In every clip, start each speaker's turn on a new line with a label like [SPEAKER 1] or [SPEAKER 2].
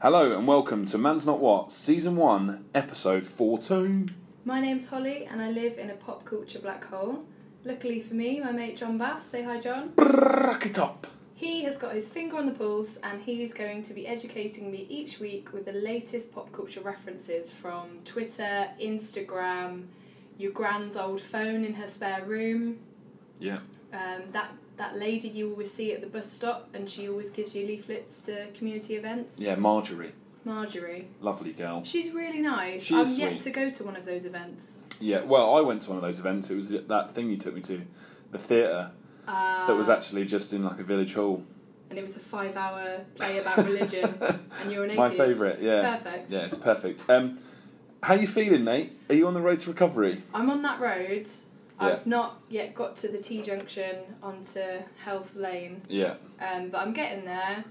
[SPEAKER 1] Hello and welcome to Man's Not What, Season 1, Episode 14.
[SPEAKER 2] My name's Holly and I live in a pop culture black hole. Luckily for me, my mate John Bass, say hi John,
[SPEAKER 1] Brack it up!
[SPEAKER 2] he has got his finger on the pulse and he's going to be educating me each week with the latest pop culture references from Twitter, Instagram, your grand's old phone in her spare room,
[SPEAKER 1] Yeah.
[SPEAKER 2] um, that, that lady you always see at the bus stop and she always gives you leaflets to community events.
[SPEAKER 1] Yeah, Marjorie.
[SPEAKER 2] Marjorie.
[SPEAKER 1] Lovely girl.
[SPEAKER 2] She's really nice.
[SPEAKER 1] She
[SPEAKER 2] I'm
[SPEAKER 1] is
[SPEAKER 2] yet
[SPEAKER 1] sweet.
[SPEAKER 2] to go to one of those events.
[SPEAKER 1] Yeah, well, I went to one of those events. It was that thing you took me to, the theatre,
[SPEAKER 2] Uh,
[SPEAKER 1] that was actually just in like a village hall.
[SPEAKER 2] and it was a five hour play about religion and you're an
[SPEAKER 1] My
[SPEAKER 2] atheist.
[SPEAKER 1] favourite, yeah.
[SPEAKER 2] Perfect.
[SPEAKER 1] Yeah, it's perfect. Um, how you feeling, mate? Are you on the road to recovery?
[SPEAKER 2] I'm on that road.
[SPEAKER 1] Yeah.
[SPEAKER 2] I've not yet got to the T junction onto Health Lane,
[SPEAKER 1] Yeah.
[SPEAKER 2] um, but I'm getting there.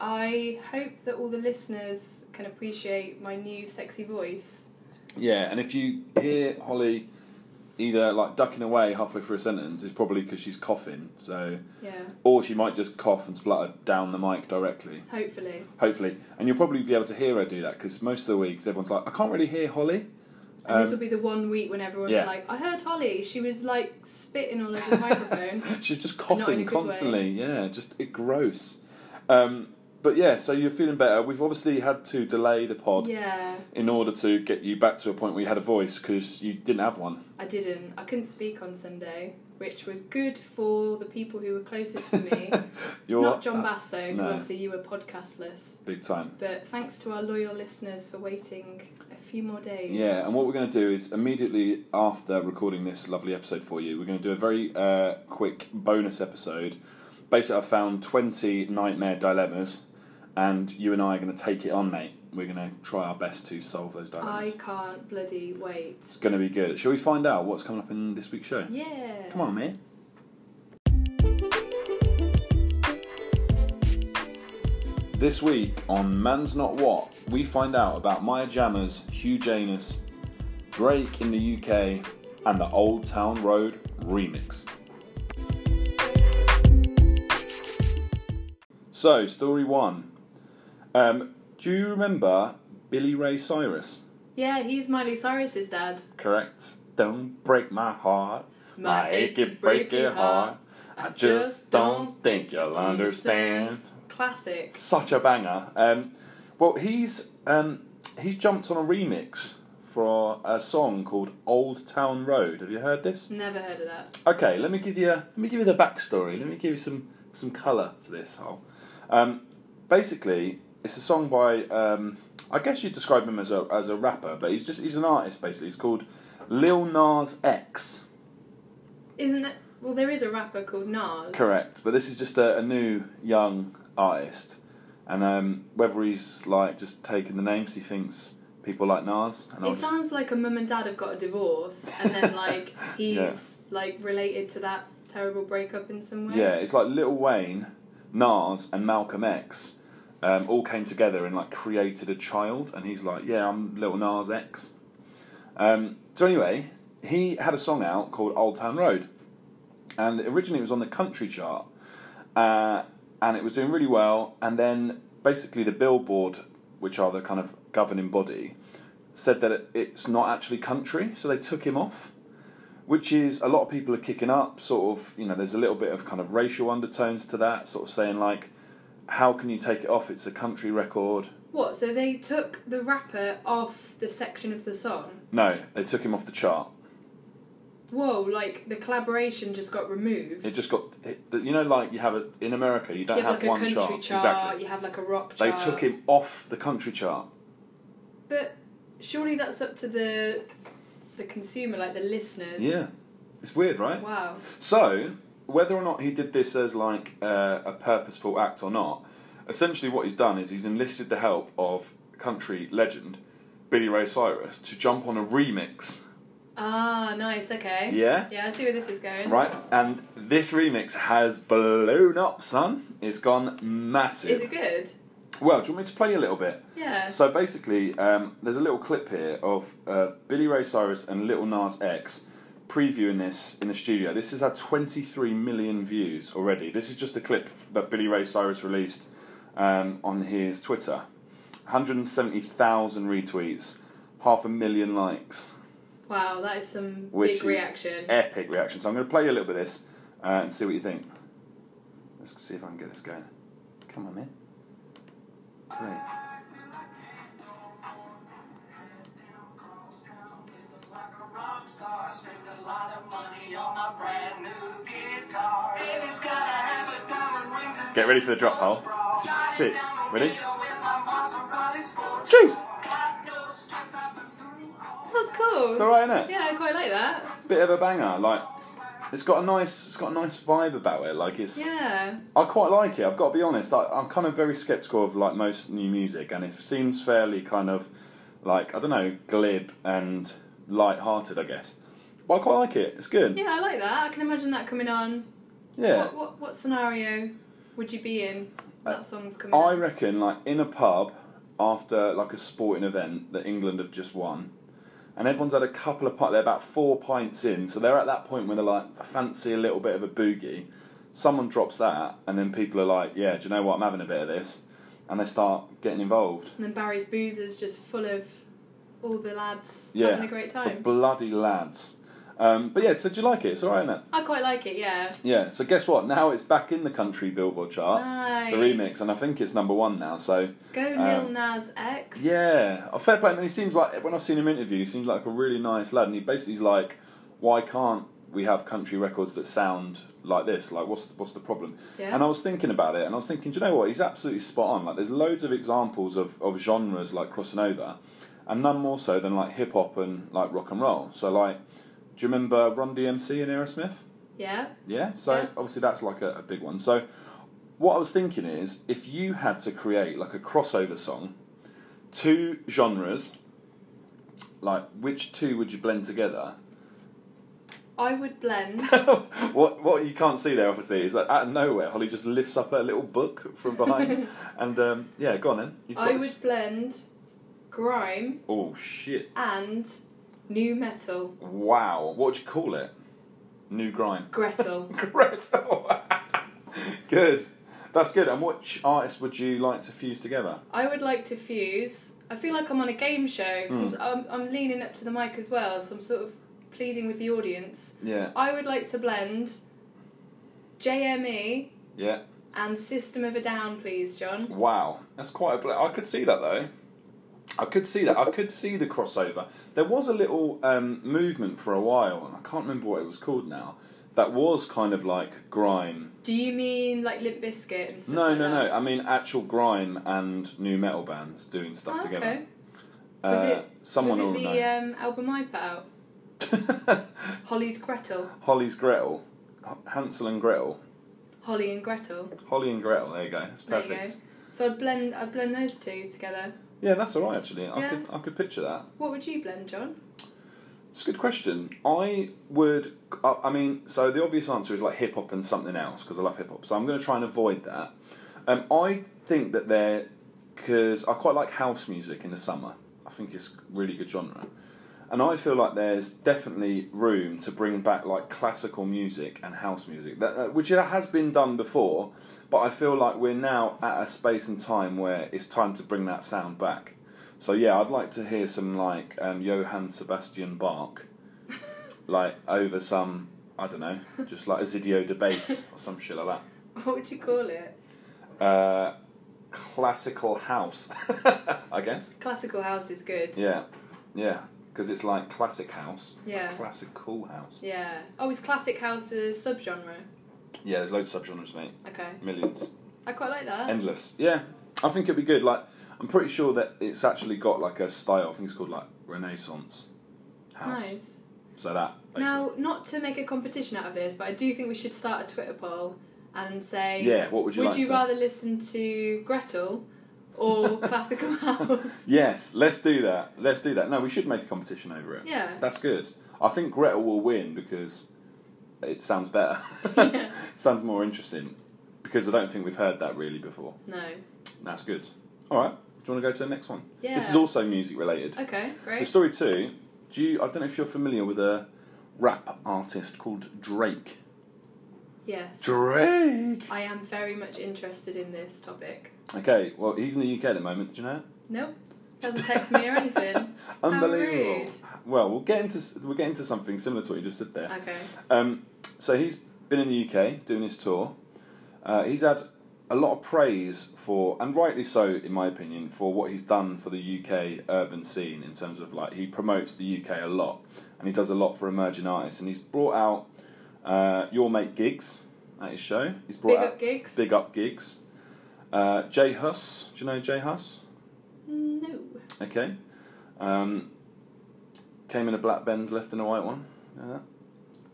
[SPEAKER 2] I hope that all the listeners can appreciate my new sexy voice.
[SPEAKER 1] Yeah, and if you hear Holly either like ducking away halfway through a sentence, it's probably because she's coughing, so...
[SPEAKER 2] Yeah,
[SPEAKER 1] Or she might just cough and splutter down the mic directly.
[SPEAKER 2] hopefully.
[SPEAKER 1] Hopefully, and you'll probably be able to hear her do that because most of the weeks everyone's like, I can't really hear Holly.
[SPEAKER 2] And this
[SPEAKER 1] Um,
[SPEAKER 2] will be the one week when everyone's
[SPEAKER 1] yeah.
[SPEAKER 2] like, I heard Holly, she was like spitting all over the microphone.
[SPEAKER 1] she's just
[SPEAKER 2] in a
[SPEAKER 1] coughing
[SPEAKER 2] good way.
[SPEAKER 1] constantly. Yeah, just it gross. Um, but yeah, so you're feeling better. We've obviously had to delay the pod
[SPEAKER 2] Yeah,
[SPEAKER 1] in order to get you back to a point where you had a voice because you didn't have one.
[SPEAKER 2] I didn't. I couldn't speak on Sunday, which was good for the people who were closest to me.
[SPEAKER 1] You're Uh,
[SPEAKER 2] Not John Bass though, 'cause
[SPEAKER 1] no.
[SPEAKER 2] obviously you were podcastless.
[SPEAKER 1] big time.
[SPEAKER 2] But thanks to our loyal listeners for waiting a few more days.
[SPEAKER 1] Yeah, and what we're going to do is immediately after recording this lovely episode for you, we're going to do a very uh, quick bonus episode. Basically, I found 20 nightmare dilemmas, and you and I are going to take it on, mate. We're going to try our best to solve those dilemmas.
[SPEAKER 2] I can't bloody wait.
[SPEAKER 1] It's going to be good. Shall we find out what's coming up in this week's show?
[SPEAKER 2] Yeah.
[SPEAKER 1] Come on, mate. This week on Man's Not What, we find out about Maya Jammers, Hugh Janus, Drake in the UK, and the Old Town Road remix. So, story one. Um, do you remember Billy Ray Cyrus?
[SPEAKER 2] Yeah, he's Miley Cyrus's dad.
[SPEAKER 1] Correct. Don't break my heart. My
[SPEAKER 2] My
[SPEAKER 1] achy,
[SPEAKER 2] achy, breaky
[SPEAKER 1] breaky heart.
[SPEAKER 2] heart.
[SPEAKER 1] I just don't think you'll understand.
[SPEAKER 2] Classic.
[SPEAKER 1] Such a banger. Um, well, he's um, he's jumped on a remix for a song called "Old Town Road." Have you heard this?
[SPEAKER 2] Never heard of that.
[SPEAKER 1] Okay, let me give you let me give you the backstory. Let me give you some some colour to this whole. Um, basically, it's a song by um, I guess you'd describe him as a as a rapper, but he's just he's an artist basically. He's called Lil Nas X.
[SPEAKER 2] Isn't that? Well, there is a rapper called Nas.
[SPEAKER 1] Correct, but this is just a, a new young artist, and um, whether he's like just taking the names he thinks people like Nas. And I'll
[SPEAKER 2] It
[SPEAKER 1] just-
[SPEAKER 2] sounds like a mum and dad have got a divorce, and then like he's
[SPEAKER 1] Yeah.
[SPEAKER 2] like related to that terrible breakup in some way.
[SPEAKER 1] Yeah, it's like Little Wayne, Nas, and Malcolm X um, all came together and like created a child, and he's like, "Yeah, I'm Little Nas X." Um, so anyway, he had a song out called "Old Town Road," and originally it was on the country chart, uh, and it was doing really well. And then basically the Billboard, which are the kind of governing body, said that it, it's not actually country, so they took him off which is a lot of people are kicking up sort of you know there's a little bit of kind of racial undertones to that sort of saying like how can you take it off it's a country record
[SPEAKER 2] What? So they took the rapper off the section of the song.
[SPEAKER 1] no they took him off the chart
[SPEAKER 2] Whoa! Like the collaboration just got removed.
[SPEAKER 1] it just got it, you know like you have a in america you don't
[SPEAKER 2] you have, like a
[SPEAKER 1] one
[SPEAKER 2] country chart.
[SPEAKER 1] exactly
[SPEAKER 2] You have like a rock
[SPEAKER 1] they
[SPEAKER 2] chart.
[SPEAKER 1] took him off the country chart
[SPEAKER 2] But surely that's up to the the consumer, like the listeners.
[SPEAKER 1] yeah it's weird right
[SPEAKER 2] Wow.
[SPEAKER 1] So, whether or not he did this as like uh, a purposeful act or not, essentially what he's done is he's enlisted the help of country legend Billy Ray Cyrus to jump on a remix,
[SPEAKER 2] Ah, nice. Okay.
[SPEAKER 1] Yeah?
[SPEAKER 2] Yeah. I see where this is going.
[SPEAKER 1] right? And this remix has blown up, son. It's gone massive.
[SPEAKER 2] Is it Uh, good?
[SPEAKER 1] Well, do you want me to play you a little bit?
[SPEAKER 2] Yeah.
[SPEAKER 1] So basically, um, there's a little clip here of uh, Billy Ray Cyrus and Little Nas X previewing this in the studio. This has had 23 million views already. This is just a clip that Billy Ray Cyrus released um, on his Twitter. 170,000 retweets, half a million likes.
[SPEAKER 2] Wow, that is some
[SPEAKER 1] Which
[SPEAKER 2] big
[SPEAKER 1] is eh.
[SPEAKER 2] reaction.
[SPEAKER 1] Epic reaction. So I'm going to play you a little bit of this uh, and see what you think. Let's see if I can get this going. Come on, man. Great.
[SPEAKER 3] Like a rock star, spend a lot of money on my brand new guitar. Baby's gotta have a diamond rings and
[SPEAKER 1] Get ready for the drop, Paul. This is sick. Ready? Jeez.
[SPEAKER 3] Jeez.
[SPEAKER 2] That's cool.
[SPEAKER 1] It's alright, isn't it?
[SPEAKER 2] Yeah, I quite like that.
[SPEAKER 1] Bit of a banger. Like, it's got a nice, it's got a nice vibe about it. Like, it's,
[SPEAKER 2] Yeah.
[SPEAKER 1] I quite like it. I've got to be honest. I, I'm kind of very skeptical of like most new music, and it seems fairly kind of like I don't know, glib and light-hearted, I guess. But I quite like it. It's good.
[SPEAKER 2] Yeah, I like that. I can imagine that coming on.
[SPEAKER 1] Yeah. Uh,
[SPEAKER 2] What, what what scenario would you be in? when That song's coming.
[SPEAKER 1] I
[SPEAKER 2] on?
[SPEAKER 1] reckon, like in a pub after like a sporting event that England have just won, and everyone's had a couple of pints. They're about four pints in, so they're at that point where they're like, I fancy a little bit of a boogie. Someone drops that, and then people are like, Yeah, do you know what? I'm having a bit of this, and they start getting involved.
[SPEAKER 2] And then Barry's boozers just full of all the lads
[SPEAKER 1] Yeah,
[SPEAKER 2] having a great
[SPEAKER 1] The
[SPEAKER 2] time.
[SPEAKER 1] bloody lads. Um, but yeah, so do you like it? It's alright, isn't it?
[SPEAKER 2] I quite like it. Yeah.
[SPEAKER 1] Yeah. So guess what? Now it's back in the country Billboard charts, the
[SPEAKER 2] Nice.
[SPEAKER 1] remix, and I think it's number one now. So.
[SPEAKER 2] Go Lil
[SPEAKER 1] Um,
[SPEAKER 2] Nas X.
[SPEAKER 1] Yeah, a fair play. And he seems like when I've seen him interview, he seems like a really nice lad. And he basically is like, why can't we have country records that sound like this? Like, what's what's the problem?
[SPEAKER 2] Yeah.
[SPEAKER 1] And I was thinking about it, and I was thinking, do you know what? He's absolutely spot on. Like, there's loads of examples of, of genres like crossing over, and none more so than like hip hop and like rock and roll. So like, do you remember Run DMC and Aerosmith?
[SPEAKER 2] Yeah.
[SPEAKER 1] Yeah, so
[SPEAKER 2] Yeah.
[SPEAKER 1] obviously that's like a, a big one. So what I was thinking is if you had to create like a crossover song, two genres, like which two would you blend together?
[SPEAKER 2] I would blend.
[SPEAKER 1] what what you can't see there obviously is that out of nowhere Holly just lifts up her little book from behind and um, yeah, go on then. You've got
[SPEAKER 2] I
[SPEAKER 1] this-
[SPEAKER 2] would blend grime
[SPEAKER 1] Oh shit.
[SPEAKER 2] and new metal.
[SPEAKER 1] Wow. What would you call it? New grime.
[SPEAKER 2] Gretel.
[SPEAKER 1] Gretel. good. That's good. And which artists would you like to fuse together?
[SPEAKER 2] I would like to fuse. I feel like I'm on a game show.
[SPEAKER 1] Hmm.
[SPEAKER 2] 'cause I'm s- I'm, I'm leaning up to the mic as well, so I'm sort of pleading with the audience.
[SPEAKER 1] Yeah,
[SPEAKER 2] I would like to blend E JME
[SPEAKER 1] yeah.
[SPEAKER 2] and System of a Down, please, John.
[SPEAKER 1] Wow, that's quite a. Bl- I could see that though. I could see that. I could see the crossover. There was a little um, movement for a while, and I can't remember what it was called now. That was kind of like grime.
[SPEAKER 2] Do you mean like Limp Bizkit and stuff?
[SPEAKER 1] No,
[SPEAKER 2] like
[SPEAKER 1] no,
[SPEAKER 2] that?
[SPEAKER 1] no. I mean actual grime and new metal bands doing stuff
[SPEAKER 2] Ah,
[SPEAKER 1] together.
[SPEAKER 2] Okay.
[SPEAKER 1] Uh,
[SPEAKER 2] Was it-
[SPEAKER 1] someone
[SPEAKER 2] Was it uh,
[SPEAKER 1] will
[SPEAKER 2] the um, album I put out?
[SPEAKER 1] know.
[SPEAKER 2] Holly's Gretel.
[SPEAKER 1] Holly's Gretel, H- Hansel and Gretel,
[SPEAKER 2] Holly and Gretel.
[SPEAKER 1] Holly and Gretel. There you go. That's
[SPEAKER 2] There
[SPEAKER 1] perfect.
[SPEAKER 2] you go. So I'd blend, I'd blend those two together.
[SPEAKER 1] Yeah, that's all right actually. I
[SPEAKER 2] Yeah.
[SPEAKER 1] could I could picture that.
[SPEAKER 2] What would you blend, John?
[SPEAKER 1] It's a good question. I would. I I mean, so the obvious answer is like hip hop and something else because I love hip hop. So I'm going to try and avoid that. Um, I think that they're because I quite like house music in the summer. I think it's really good genre, and I feel like there's definitely room to bring back like classical music and house music, that, uh, which has been done before. But I feel like we're now at a space and time where it's time to bring that sound back. So yeah, I'd like to hear some like um, Johann Sebastian Bach, like over some I don't know, just like Isidio de Bass or some shit like
[SPEAKER 2] What would you call it?
[SPEAKER 1] that. Uh, classical house, I guess.
[SPEAKER 2] Classical house is good.
[SPEAKER 1] Yeah, yeah, because it's like classic house,
[SPEAKER 2] Yeah.
[SPEAKER 1] classical house.
[SPEAKER 2] Yeah. Oh, is classic house a subgenre?
[SPEAKER 1] Yeah, there's loads of subgenres, mate.
[SPEAKER 2] Okay.
[SPEAKER 1] Millions,
[SPEAKER 2] I quite like that.
[SPEAKER 1] endless. Yeah, I think it'd be good. Like, I'm pretty sure that it's actually got like a style. I think it's called like Renaissance house.
[SPEAKER 2] nice.
[SPEAKER 1] So that. Basically.
[SPEAKER 2] Now, not to make a competition out of this, but I do think we should start a Twitter poll and say,
[SPEAKER 1] yeah, what would you
[SPEAKER 2] would
[SPEAKER 1] like
[SPEAKER 2] you
[SPEAKER 1] to?
[SPEAKER 2] rather listen to Gretel or classical house?
[SPEAKER 1] Yes, let's do that. Let's do that. No, we should make a competition over it.
[SPEAKER 2] Yeah.
[SPEAKER 1] That's good. I think Gretel will win because it sounds better.
[SPEAKER 2] Yeah.
[SPEAKER 1] sounds more interesting because I don't think we've heard that really before.
[SPEAKER 2] No.
[SPEAKER 1] That's good. All right. Do you want to go to the next one?
[SPEAKER 2] Yeah.
[SPEAKER 1] This is also music related.
[SPEAKER 2] Okay,
[SPEAKER 1] So
[SPEAKER 2] great.
[SPEAKER 1] story two. Do you? I don't know if you're familiar with a rap artist called Drake.
[SPEAKER 2] Yes.
[SPEAKER 1] Drake.
[SPEAKER 2] I am very much interested in this topic.
[SPEAKER 1] Okay. Well, he's in the UK at the moment. Do you know?
[SPEAKER 2] Nope. Doesn't text me or anything.
[SPEAKER 1] Unbelievable.
[SPEAKER 2] rude.
[SPEAKER 1] Well, we'll get into s- we'll get into something similar to what you just said there.
[SPEAKER 2] Okay.
[SPEAKER 1] Um, so he's been in the UK doing his tour. Uh, he's had a lot of praise for, and rightly so, in my opinion, for what he's done for the UK urban scene in terms of like he promotes the UK a lot, and he does a lot for emerging artists, and he's brought out uh, your mate gigs at his show. He's brought
[SPEAKER 2] Big
[SPEAKER 1] out
[SPEAKER 2] up gigs.
[SPEAKER 1] big up gigs. Uh, Jay Huss, do you know Jay Huss?
[SPEAKER 2] No.
[SPEAKER 1] Okay. Um, came in a black Benz, left in a white one. Yeah.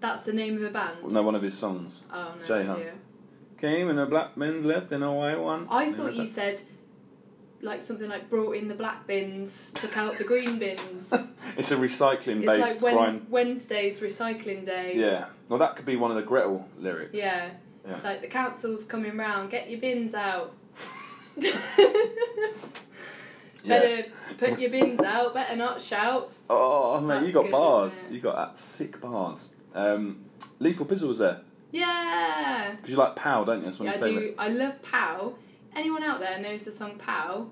[SPEAKER 2] That's the name of a band.
[SPEAKER 1] No, one of his songs.
[SPEAKER 2] Oh no
[SPEAKER 1] Jay Hunt.
[SPEAKER 2] idea.
[SPEAKER 1] Came in a black men's left in a white one.
[SPEAKER 2] I
[SPEAKER 1] Yeah,
[SPEAKER 2] thought you
[SPEAKER 1] that-
[SPEAKER 2] said like something like brought in the black bins, took out the green bins. it's
[SPEAKER 1] It's a recycling
[SPEAKER 2] like
[SPEAKER 1] based
[SPEAKER 2] Wen-
[SPEAKER 1] grind.
[SPEAKER 2] Wednesday's recycling day.
[SPEAKER 1] Yeah. Well, that could be one of the Gretel lyrics.
[SPEAKER 2] Yeah.
[SPEAKER 1] Yeah.
[SPEAKER 2] It's like the council's coming round, get your bins out. better put your bins out, better not shout.
[SPEAKER 1] Oh, man,
[SPEAKER 2] uh, That's
[SPEAKER 1] you got
[SPEAKER 2] good,
[SPEAKER 1] bars.
[SPEAKER 2] isn't it?
[SPEAKER 1] You got that sick bars. Um, Lethal Bizzle was there.
[SPEAKER 2] Yeah.
[SPEAKER 1] Because you like Pow, don't you? That's one
[SPEAKER 2] yeah, I
[SPEAKER 1] of your favourite.
[SPEAKER 2] do. I love Pow. Anyone out there knows the song Pow?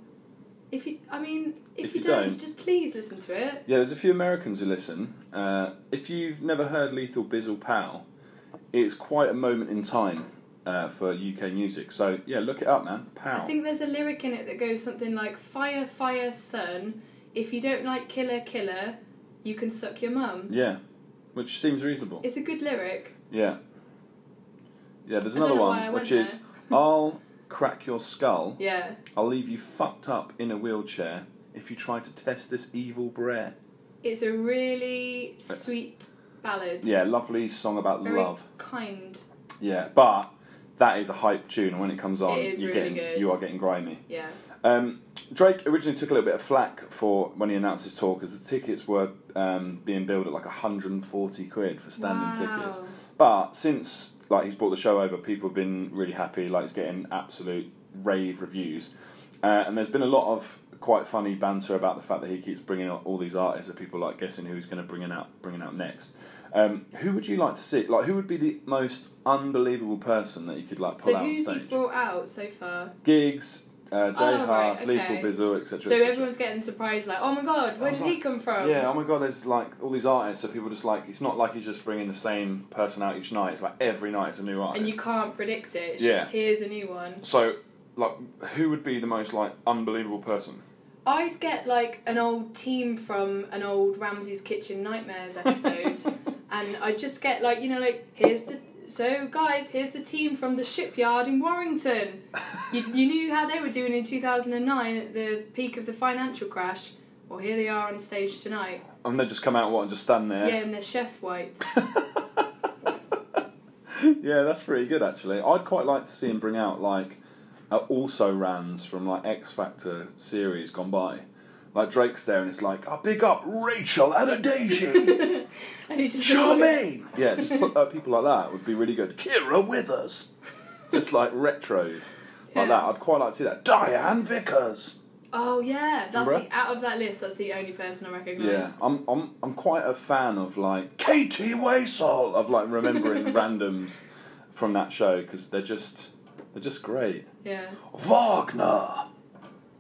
[SPEAKER 2] If you, I mean, if,
[SPEAKER 1] If
[SPEAKER 2] you,
[SPEAKER 1] you
[SPEAKER 2] don't,
[SPEAKER 1] don't-
[SPEAKER 2] just please listen to it.
[SPEAKER 1] Yeah, there's a few Americans who listen. Uh, if you've never heard Lethal Bizzle Pow, it's quite a moment in time uh, for UK music. So, yeah, look it up, man. Pow.
[SPEAKER 2] I think there's a lyric in it that goes something like "Fire, fire, son. If you don't like killer, killer, you can suck your mum."
[SPEAKER 1] Yeah. Which seems reasonable.
[SPEAKER 2] It's a good lyric.
[SPEAKER 1] Yeah. Yeah, there's
[SPEAKER 2] I don't
[SPEAKER 1] another
[SPEAKER 2] know why I
[SPEAKER 1] one,
[SPEAKER 2] went
[SPEAKER 1] which is
[SPEAKER 2] there.
[SPEAKER 1] I'll crack your skull.
[SPEAKER 2] Yeah,
[SPEAKER 1] I'll leave you fucked up in a wheelchair if you try to test this evil brer.
[SPEAKER 2] it's a really
[SPEAKER 1] Uh,
[SPEAKER 2] sweet ballad.
[SPEAKER 1] Yeah, lovely song about
[SPEAKER 2] Very
[SPEAKER 1] love.
[SPEAKER 2] kind.
[SPEAKER 1] Yeah, but that is a hype tune, and when it comes on,
[SPEAKER 2] It is
[SPEAKER 1] you're getting,
[SPEAKER 2] really good.
[SPEAKER 1] you are getting grimy.
[SPEAKER 2] Yeah,
[SPEAKER 1] Um, Drake originally took a little bit of flack for when he announced his tour because the tickets were um, being billed at like 140 quid for standing
[SPEAKER 2] Wow.
[SPEAKER 1] tickets. But since like he's brought the show over, people have been really happy. Like it's getting absolute rave reviews, uh, and there's been a lot of quite funny banter about the fact that he keeps bringing out all these artists, and people like guessing who he's going to bring it out, bringing out next. Um, who would you like to see? Like who would be the most unbelievable person that you could like pull
[SPEAKER 2] So
[SPEAKER 1] out on
[SPEAKER 2] who's he
[SPEAKER 1] stage?
[SPEAKER 2] brought out so far?
[SPEAKER 1] Gigs, uh, Jay
[SPEAKER 2] Oh, right,
[SPEAKER 1] Haas, Lethal
[SPEAKER 2] okay.
[SPEAKER 1] Bizzle, etc.
[SPEAKER 2] So everyone's getting surprised, like, "Oh my god, where
[SPEAKER 1] I was
[SPEAKER 2] did he
[SPEAKER 1] like,
[SPEAKER 2] come from?"
[SPEAKER 1] Yeah, oh my god, there's like all these artists, so people just like, it's not like he's just bringing the same person out each night, it's like every night it's a new artist.
[SPEAKER 2] and you can't predict it. It's
[SPEAKER 1] Yeah.
[SPEAKER 2] just here's a new one.
[SPEAKER 1] So, like, who would be the most like unbelievable person?
[SPEAKER 2] I'd get like an old team from an old Ramsey's Kitchen Nightmares episode, and I'd just get like you know like here's the so guys here's the team from the shipyard in Warrington. You, you knew how they were doing in two thousand and nine at the peak of the financial crash. Well, here they are on stage tonight.
[SPEAKER 1] and they just come out what and just stand
[SPEAKER 2] Yeah,
[SPEAKER 1] there.
[SPEAKER 2] in their chef whites.
[SPEAKER 1] Yeah. that's pretty good actually. I'd quite like to see him bring out like uh, also rans from like X Factor series gone by. Like Drake's there and it's like, I big up Rachel Adadeji,
[SPEAKER 2] I need to
[SPEAKER 1] Charmaine. yeah, just put uh, people like that would be really good. Kira Withers. Just like retros.
[SPEAKER 2] Yeah.
[SPEAKER 1] Like that. I'd quite like to see that. Diane Vickers.
[SPEAKER 2] Oh yeah, that's
[SPEAKER 1] Bruh.
[SPEAKER 2] the, out of that list. That's the only person I recognise.
[SPEAKER 1] Yeah, I'm, I'm, I'm quite a fan of like Katie Waysall of like remembering randoms from that show because they're just they're just great.
[SPEAKER 2] Yeah.
[SPEAKER 1] Wagner.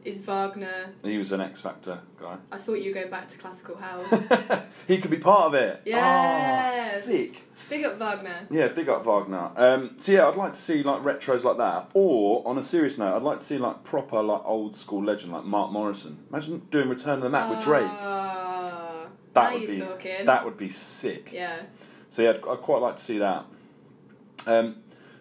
[SPEAKER 2] Is Wagner?
[SPEAKER 1] He was an X Factor guy.
[SPEAKER 2] I thought you were going back to classical house.
[SPEAKER 1] Ah, he could be part of it. Ah,
[SPEAKER 2] Yes.
[SPEAKER 1] sick.
[SPEAKER 2] Big up Wagner.
[SPEAKER 1] Yeah, big up Wagner. Um, so yeah, I'd like to see like retros like that, or on a serious note, I'd like to see like proper like old school legend like Mark Morrison. Imagine doing Return of the Mac with Drake.
[SPEAKER 2] Ah,
[SPEAKER 1] That
[SPEAKER 2] now
[SPEAKER 1] would
[SPEAKER 2] you're
[SPEAKER 1] be
[SPEAKER 2] talking.
[SPEAKER 1] that would be sick.
[SPEAKER 2] yeah.
[SPEAKER 1] So yeah, I'd, I'd quite like to see that. Um,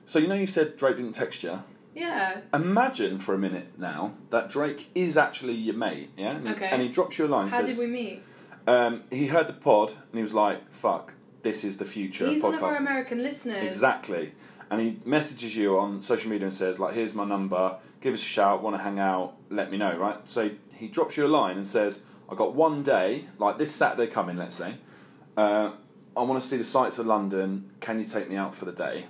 [SPEAKER 1] so you know, you said Drake didn't text you.
[SPEAKER 2] Yeah.
[SPEAKER 1] Imagine for a minute now that Drake is actually your mate, yeah. And, he-
[SPEAKER 2] Okay.
[SPEAKER 1] And he drops you a line.
[SPEAKER 2] How
[SPEAKER 1] says,
[SPEAKER 2] did we meet?
[SPEAKER 1] um, he heard the pod and he was like, "Fuck, this is the future
[SPEAKER 2] He's
[SPEAKER 1] of
[SPEAKER 2] one of our
[SPEAKER 1] podcasting."
[SPEAKER 2] American listeners.
[SPEAKER 1] Exactly. And he messages you on social media and says, like, here's my number, give us a shout, want to hang out, let me know, right? So he drops you a line and says, I got one day, like this Saturday coming, let's say, uh, I want to see the sights of London, can you take me out for the day?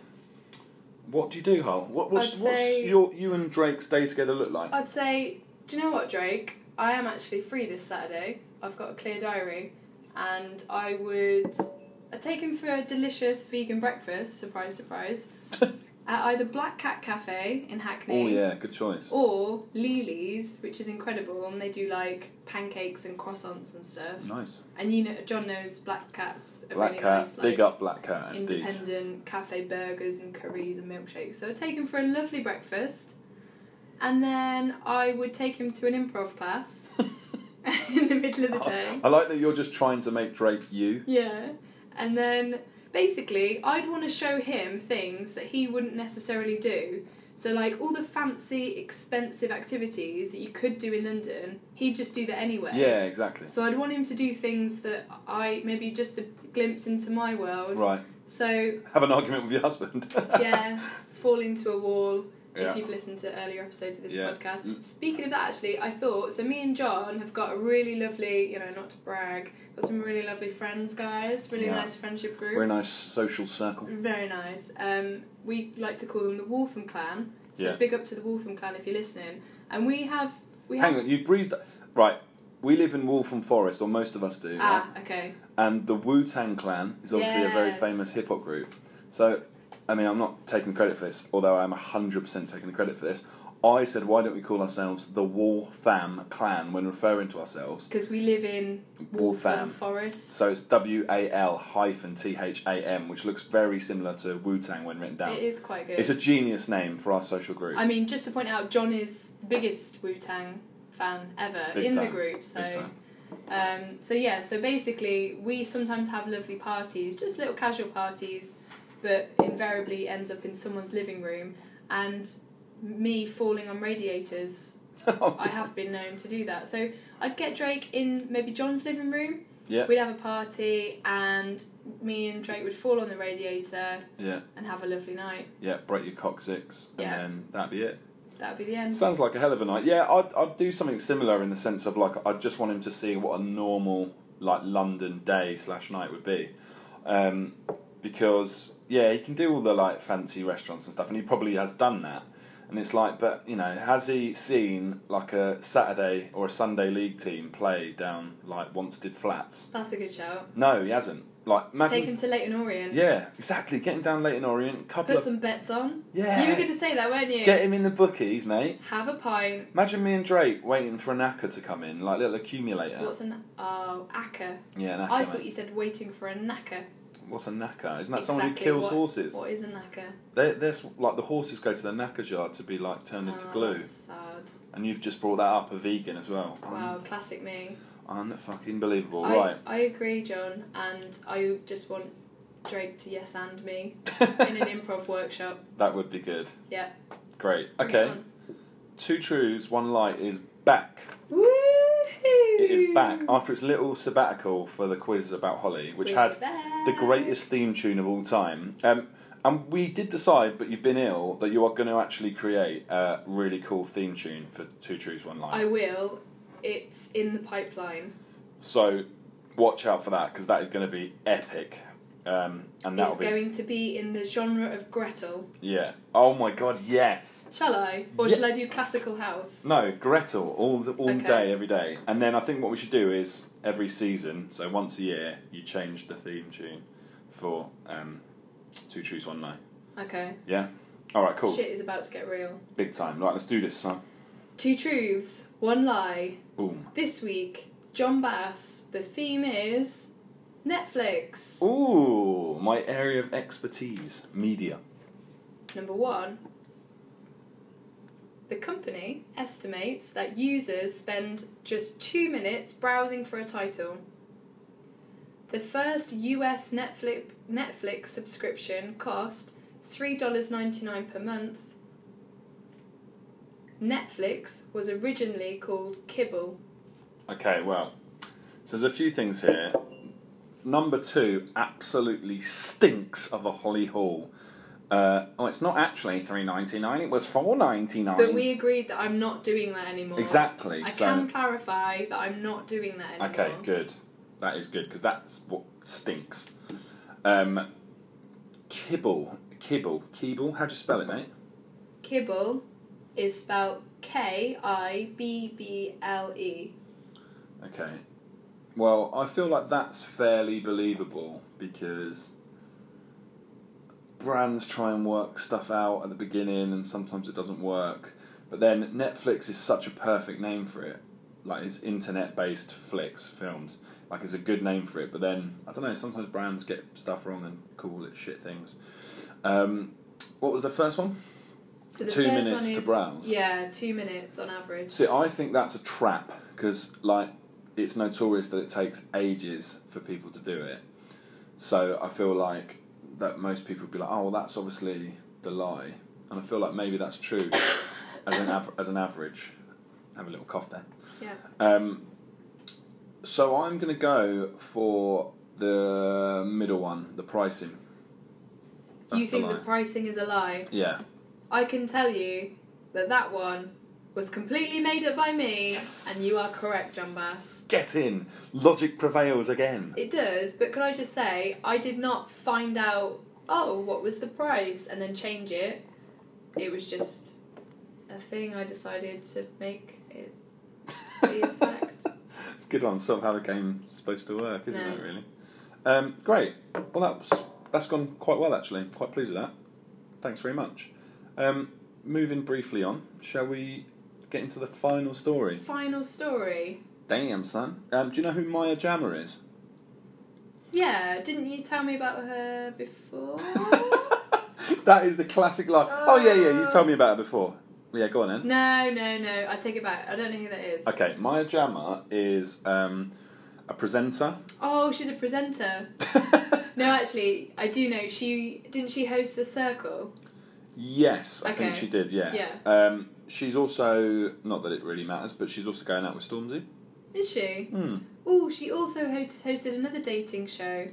[SPEAKER 1] What do you do, Hull? What, what's
[SPEAKER 2] I'd
[SPEAKER 1] what's
[SPEAKER 2] say-
[SPEAKER 1] your, you and Drake's day together look like?
[SPEAKER 2] I'd say, do you know what, Drake? I am actually free this Saturday. I've got a clear diary, and I would I'd take him for a delicious vegan breakfast. Surprise, surprise. at either Black Cat Cafe in Hackney
[SPEAKER 1] Oh yeah, good choice.
[SPEAKER 2] or Lily's, which is incredible, and they do like pancakes and croissants and stuff.
[SPEAKER 1] Nice.
[SPEAKER 2] And you know, John knows Black Cat's a
[SPEAKER 1] Black
[SPEAKER 2] really
[SPEAKER 1] Cat,
[SPEAKER 2] nice, like,
[SPEAKER 1] big up Black Cat and Steve's.
[SPEAKER 2] independent cafe burgers and curries and milkshakes. So I'd take him for a lovely breakfast, and then I would take him to an improv class in the middle of the
[SPEAKER 1] Oh.
[SPEAKER 2] day.
[SPEAKER 1] I like that you're just trying to make Drake you.
[SPEAKER 2] Yeah, and then basically I'd want to show him things that he wouldn't necessarily do. So like all the fancy, expensive activities that you could do in London, he'd just do that anyway.
[SPEAKER 1] Yeah, exactly.
[SPEAKER 2] So I'd want him to do things that I maybe just a glimpse into my world.
[SPEAKER 1] Right.
[SPEAKER 2] So
[SPEAKER 1] Have an argument with your husband.
[SPEAKER 2] yeah, fall into a wall.
[SPEAKER 1] Yeah.
[SPEAKER 2] If you've listened to earlier episodes of this
[SPEAKER 1] Yeah. Mm.
[SPEAKER 2] podcast. Speaking of that, actually, I thought so. Me and John have got a really lovely, you know, not to brag, got some really lovely friends, guys. Really
[SPEAKER 1] Yeah.
[SPEAKER 2] nice friendship group.
[SPEAKER 1] We're a nice social circle.
[SPEAKER 2] Very nice. Um, we like to call them the Waltham Clan. So
[SPEAKER 1] Yeah.
[SPEAKER 2] big up to the Waltham Clan if you're listening. And we have we
[SPEAKER 1] Hang
[SPEAKER 2] have
[SPEAKER 1] on, you breezed. Right, we live in Waltham Forest, or most of us do.
[SPEAKER 2] ah
[SPEAKER 1] right?
[SPEAKER 2] okay
[SPEAKER 1] And the Wu Tang Clan is obviously a very
[SPEAKER 2] Yes.
[SPEAKER 1] famous hip hop group. So, I mean, I'm not taking credit for this, although I am 100% taking the credit for this. I said, why don't we call ourselves the Waltham Clan when referring to ourselves?
[SPEAKER 2] because we live in
[SPEAKER 1] Waltham.
[SPEAKER 2] Waltham Forest.
[SPEAKER 1] So it's W A L hyphen T H A M, which looks very similar to Wu Tang when written down.
[SPEAKER 2] It is quite good.
[SPEAKER 1] It's a genius name for our social group.
[SPEAKER 2] I mean, just to point out, John is the biggest Wu Tang fan ever
[SPEAKER 1] Big
[SPEAKER 2] in the
[SPEAKER 1] time.
[SPEAKER 2] group. So,
[SPEAKER 1] Big time.
[SPEAKER 2] Um, so yeah. So basically, we sometimes have lovely parties, just little casual parties, but invariably ends up in someone's living room, and me falling on radiators.
[SPEAKER 1] Oh,
[SPEAKER 2] I have been known to do that. So I'd get Drake in maybe John's living room.
[SPEAKER 1] Yeah.
[SPEAKER 2] We'd have a party, and me and Drake would fall on the radiator
[SPEAKER 1] Yeah,
[SPEAKER 2] and have a lovely night.
[SPEAKER 1] yeah, break your coccyx, and
[SPEAKER 2] Yeah.
[SPEAKER 1] then that'd be it.
[SPEAKER 2] That'd be the end.
[SPEAKER 1] Sounds like a hell of a night. Yeah, I'd, I'd do something similar in the sense of like I'd just want him to see what a normal like London day slash night would be, um, because yeah, he can do all the like fancy restaurants and stuff, and he probably has done that. And it's like, but you know, has he seen like a Saturday or a Sunday league team play down like Wanstead Flats?
[SPEAKER 2] That's a good shout.
[SPEAKER 1] No, he hasn't. Like, imagine,
[SPEAKER 2] Take him to Leighton Orient.
[SPEAKER 1] yeah, exactly. Get him down Leighton Orient, couple
[SPEAKER 2] Put
[SPEAKER 1] of
[SPEAKER 2] some bets on.
[SPEAKER 1] yeah,
[SPEAKER 2] You were going to say that, weren't you?
[SPEAKER 1] get him in the bookies, mate.
[SPEAKER 2] Have a pint.
[SPEAKER 1] Imagine me and Drake waiting for an acca to come in, like little accumulator.
[SPEAKER 2] What's an oh acker?
[SPEAKER 1] yeah, an acca.
[SPEAKER 2] I thought
[SPEAKER 1] mate.
[SPEAKER 2] you said waiting for a knacker.
[SPEAKER 1] What's a knacker? Isn't that
[SPEAKER 2] Exactly.
[SPEAKER 1] someone who kills
[SPEAKER 2] what,
[SPEAKER 1] horses?
[SPEAKER 2] What is a knacker?
[SPEAKER 1] They, they're s- like the horses go to the knacker's yard to be like turned into
[SPEAKER 2] Oh,
[SPEAKER 1] glue,
[SPEAKER 2] that's sad.
[SPEAKER 1] and you've just brought that up a vegan as well.
[SPEAKER 2] Wow, classic me.
[SPEAKER 1] Un- unfucking believable,
[SPEAKER 2] I,
[SPEAKER 1] Um, right?
[SPEAKER 2] I agree, John, and I just want Drake to yes and me in an improv workshop.
[SPEAKER 1] that would be good.
[SPEAKER 2] Yeah.
[SPEAKER 1] Great.
[SPEAKER 2] Bring
[SPEAKER 1] Okay,
[SPEAKER 2] it on.
[SPEAKER 1] two truths, one light is back.
[SPEAKER 2] Woohoo!
[SPEAKER 1] It is back after its little sabbatical for the quiz about Holly, which
[SPEAKER 2] We're
[SPEAKER 1] had
[SPEAKER 2] back.
[SPEAKER 1] the greatest theme tune of all time. Um, and we did decide, but you've been ill, that you are going to actually create a really cool theme tune for Two Truths One Lie.
[SPEAKER 2] I will. It's in the pipeline.
[SPEAKER 1] So watch out for that because that is going to be epic. Um, and that'll
[SPEAKER 2] It's
[SPEAKER 1] be
[SPEAKER 2] going to be in the genre of Gretel.
[SPEAKER 1] yeah. Oh my god, yes.
[SPEAKER 2] Shall I? Or
[SPEAKER 1] Yeah.
[SPEAKER 2] shall I do classical house?
[SPEAKER 1] No, Gretel all the, all
[SPEAKER 2] Okay.
[SPEAKER 1] day, every day. And then I think what we should do is every season, so once a year, you change the theme tune for um, Two Truths One Lie.
[SPEAKER 2] Okay.
[SPEAKER 1] Yeah. All right, cool.
[SPEAKER 2] Shit is about to get real.
[SPEAKER 1] Big time. Right, let's do this, son.
[SPEAKER 2] Two truths, one lie.
[SPEAKER 1] Boom.
[SPEAKER 2] This week, John Bass. The theme is Netflix.
[SPEAKER 1] Ooh, my area of expertise, media.
[SPEAKER 2] Number one. The company estimates that users spend just two minutes browsing for a title. The first US Netflix, Netflix subscription cost $3.99 per month. Netflix was originally called Kibble.
[SPEAKER 1] Okay, well, so there's a few things here. Number two absolutely stinks of a Holly Hall. Uh, oh, it's not actually three ninety nine. It was four ninety nine.
[SPEAKER 2] But we agreed that I'm not doing that anymore.
[SPEAKER 1] exactly.
[SPEAKER 2] I
[SPEAKER 1] so
[SPEAKER 2] can clarify that I'm not doing that anymore.
[SPEAKER 1] okay, good. That is good because that's what stinks. Um, kibble, kibble, kibble. How do you spell it, mate?
[SPEAKER 2] Kibble is spelled K I B B L E.
[SPEAKER 1] Okay. Well, I feel like that's fairly believable because brands try and work stuff out at the beginning, and sometimes it doesn't work. But then Netflix is such a perfect name for it. Like it's internet-based flicks films. Like it's a good name for it. But then I don't know. Sometimes brands get stuff wrong and call it shit things. Um, what was the first one?
[SPEAKER 2] So the
[SPEAKER 1] Two
[SPEAKER 2] first
[SPEAKER 1] minutes
[SPEAKER 2] one
[SPEAKER 1] to
[SPEAKER 2] is,
[SPEAKER 1] browse.
[SPEAKER 2] Yeah, two minutes on average.
[SPEAKER 1] See, I think that's a trap because, like, it's notorious that it takes ages for people to do it. So I feel like that most people would be like, "Oh, well, that's obviously the lie," and I feel like maybe that's true as an av- as an average. Have a little cough there.
[SPEAKER 2] Yeah.
[SPEAKER 1] Um, so I'm gonna go for the middle one, the pricing. That's
[SPEAKER 2] you think
[SPEAKER 1] the
[SPEAKER 2] the
[SPEAKER 1] lie.
[SPEAKER 2] pricing is a lie?
[SPEAKER 1] yeah.
[SPEAKER 2] I can tell you that that one was completely made up by me,
[SPEAKER 1] Yes.
[SPEAKER 2] and you are correct, John Bass.
[SPEAKER 1] Get in. Logic prevails again.
[SPEAKER 2] It does, but can I just say, I did not find out, oh, what was the price, and then change it. It was just a thing I decided to make it. be a fact.
[SPEAKER 1] Good one. Sort of how the game's supposed to work, isn't
[SPEAKER 2] No.
[SPEAKER 1] it? Really. Um, great. Well, that's that's gone quite well actually. I'm quite pleased with that. Thanks very much. Um, moving briefly on, shall we get into the final story?
[SPEAKER 2] Final story.
[SPEAKER 1] Damn, son. Um, do you know who Maya Jammer is?
[SPEAKER 2] Yeah, didn't you tell me about her before?
[SPEAKER 1] that is the classic line. Oh yeah, yeah. You told me about it before. Yeah, go on then.
[SPEAKER 2] no, no, no. I take it back. I don't know who that is.
[SPEAKER 1] Okay, Maya Jammer is um, a presenter.
[SPEAKER 2] Oh, she's a presenter. No, actually, I do know. She didn't she host the Circle?
[SPEAKER 1] Yes, I think
[SPEAKER 2] Okay.
[SPEAKER 1] she did. Yeah.
[SPEAKER 2] Yeah.
[SPEAKER 1] Um, she's also not that it really matters, but she's also going out with Stormzy.
[SPEAKER 2] Is she?
[SPEAKER 1] Hmm.
[SPEAKER 2] Oh, she also ho- hosted another dating show.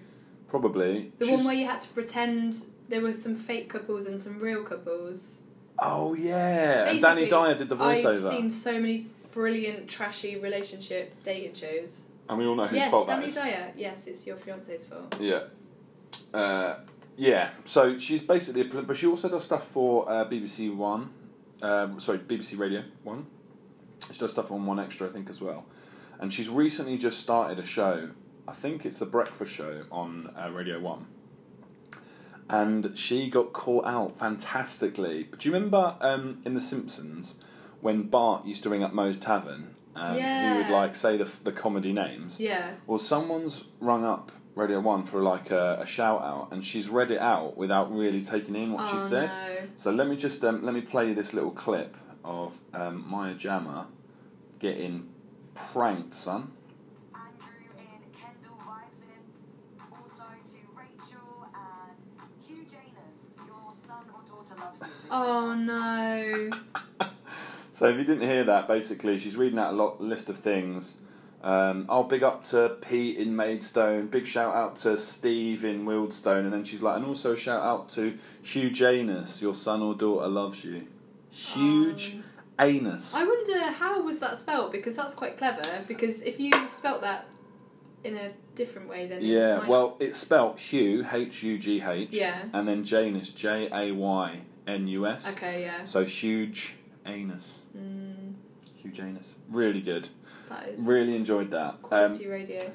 [SPEAKER 1] Probably.
[SPEAKER 2] The
[SPEAKER 1] She's-
[SPEAKER 2] one where you had to pretend there were some fake couples and some real couples.
[SPEAKER 1] Oh yeah, and
[SPEAKER 2] Basically,
[SPEAKER 1] Danny Dyer did the
[SPEAKER 2] I've
[SPEAKER 1] voiceover,
[SPEAKER 2] seen so many brilliant trashy relationship dating shows.
[SPEAKER 1] and we all know Oh, whose
[SPEAKER 2] yes,
[SPEAKER 1] fault
[SPEAKER 2] Danny
[SPEAKER 1] that is.
[SPEAKER 2] Dyer. Yes, it's your fiance's fault.
[SPEAKER 1] Yeah. Uh, yeah. So she's basically, a, pre- but she also does stuff for uh, BBC One. Um, sorry, BBC Radio One. She does stuff on One Extra, I think, as well. And she's recently just started a show. I think it's the Breakfast Show on uh, Radio One. And she got caught out fantastically. But do you remember um, in The Simpsons when Bart used to ring up Moe's Tavern and he would
[SPEAKER 2] Yeah.
[SPEAKER 1] like say the, the comedy names?
[SPEAKER 2] Yeah.
[SPEAKER 1] Well, someone's rung up Radio One for like a, a shout out, and she's read it out without really taking in what
[SPEAKER 2] oh,
[SPEAKER 1] she said.
[SPEAKER 2] No.
[SPEAKER 1] So let me just um, let me play you this little clip of um, Maya Jama getting pranked, son.
[SPEAKER 4] Andrew in Kendall Vibes in, also to Rachel and Hugh Janus, your son or daughter loves you.
[SPEAKER 2] Oh no.
[SPEAKER 1] So if you didn't hear that, basically she's reading out a lot list of things. Um, oh, big up to Pete in Maidstone. Big shout out to Steve in Wildstone, and then she's like, and also a shout out to Hugh Janus. Your son or daughter loves you. Huge
[SPEAKER 2] Oh.
[SPEAKER 1] anus.
[SPEAKER 2] Um, I wonder how was that spelt because that's quite clever. Because if you spelt that in a different way, then it
[SPEAKER 1] Yeah,
[SPEAKER 2] might-
[SPEAKER 1] well, it's spelt Hugh, H U G H.
[SPEAKER 2] Yeah.
[SPEAKER 1] And then Jane is J A Y N U S.
[SPEAKER 2] Okay, yeah,
[SPEAKER 1] So huge anus.
[SPEAKER 2] mm,
[SPEAKER 1] Huge anus. Really good.
[SPEAKER 2] that is
[SPEAKER 1] Really enjoyed that. Um,
[SPEAKER 2] quality radio.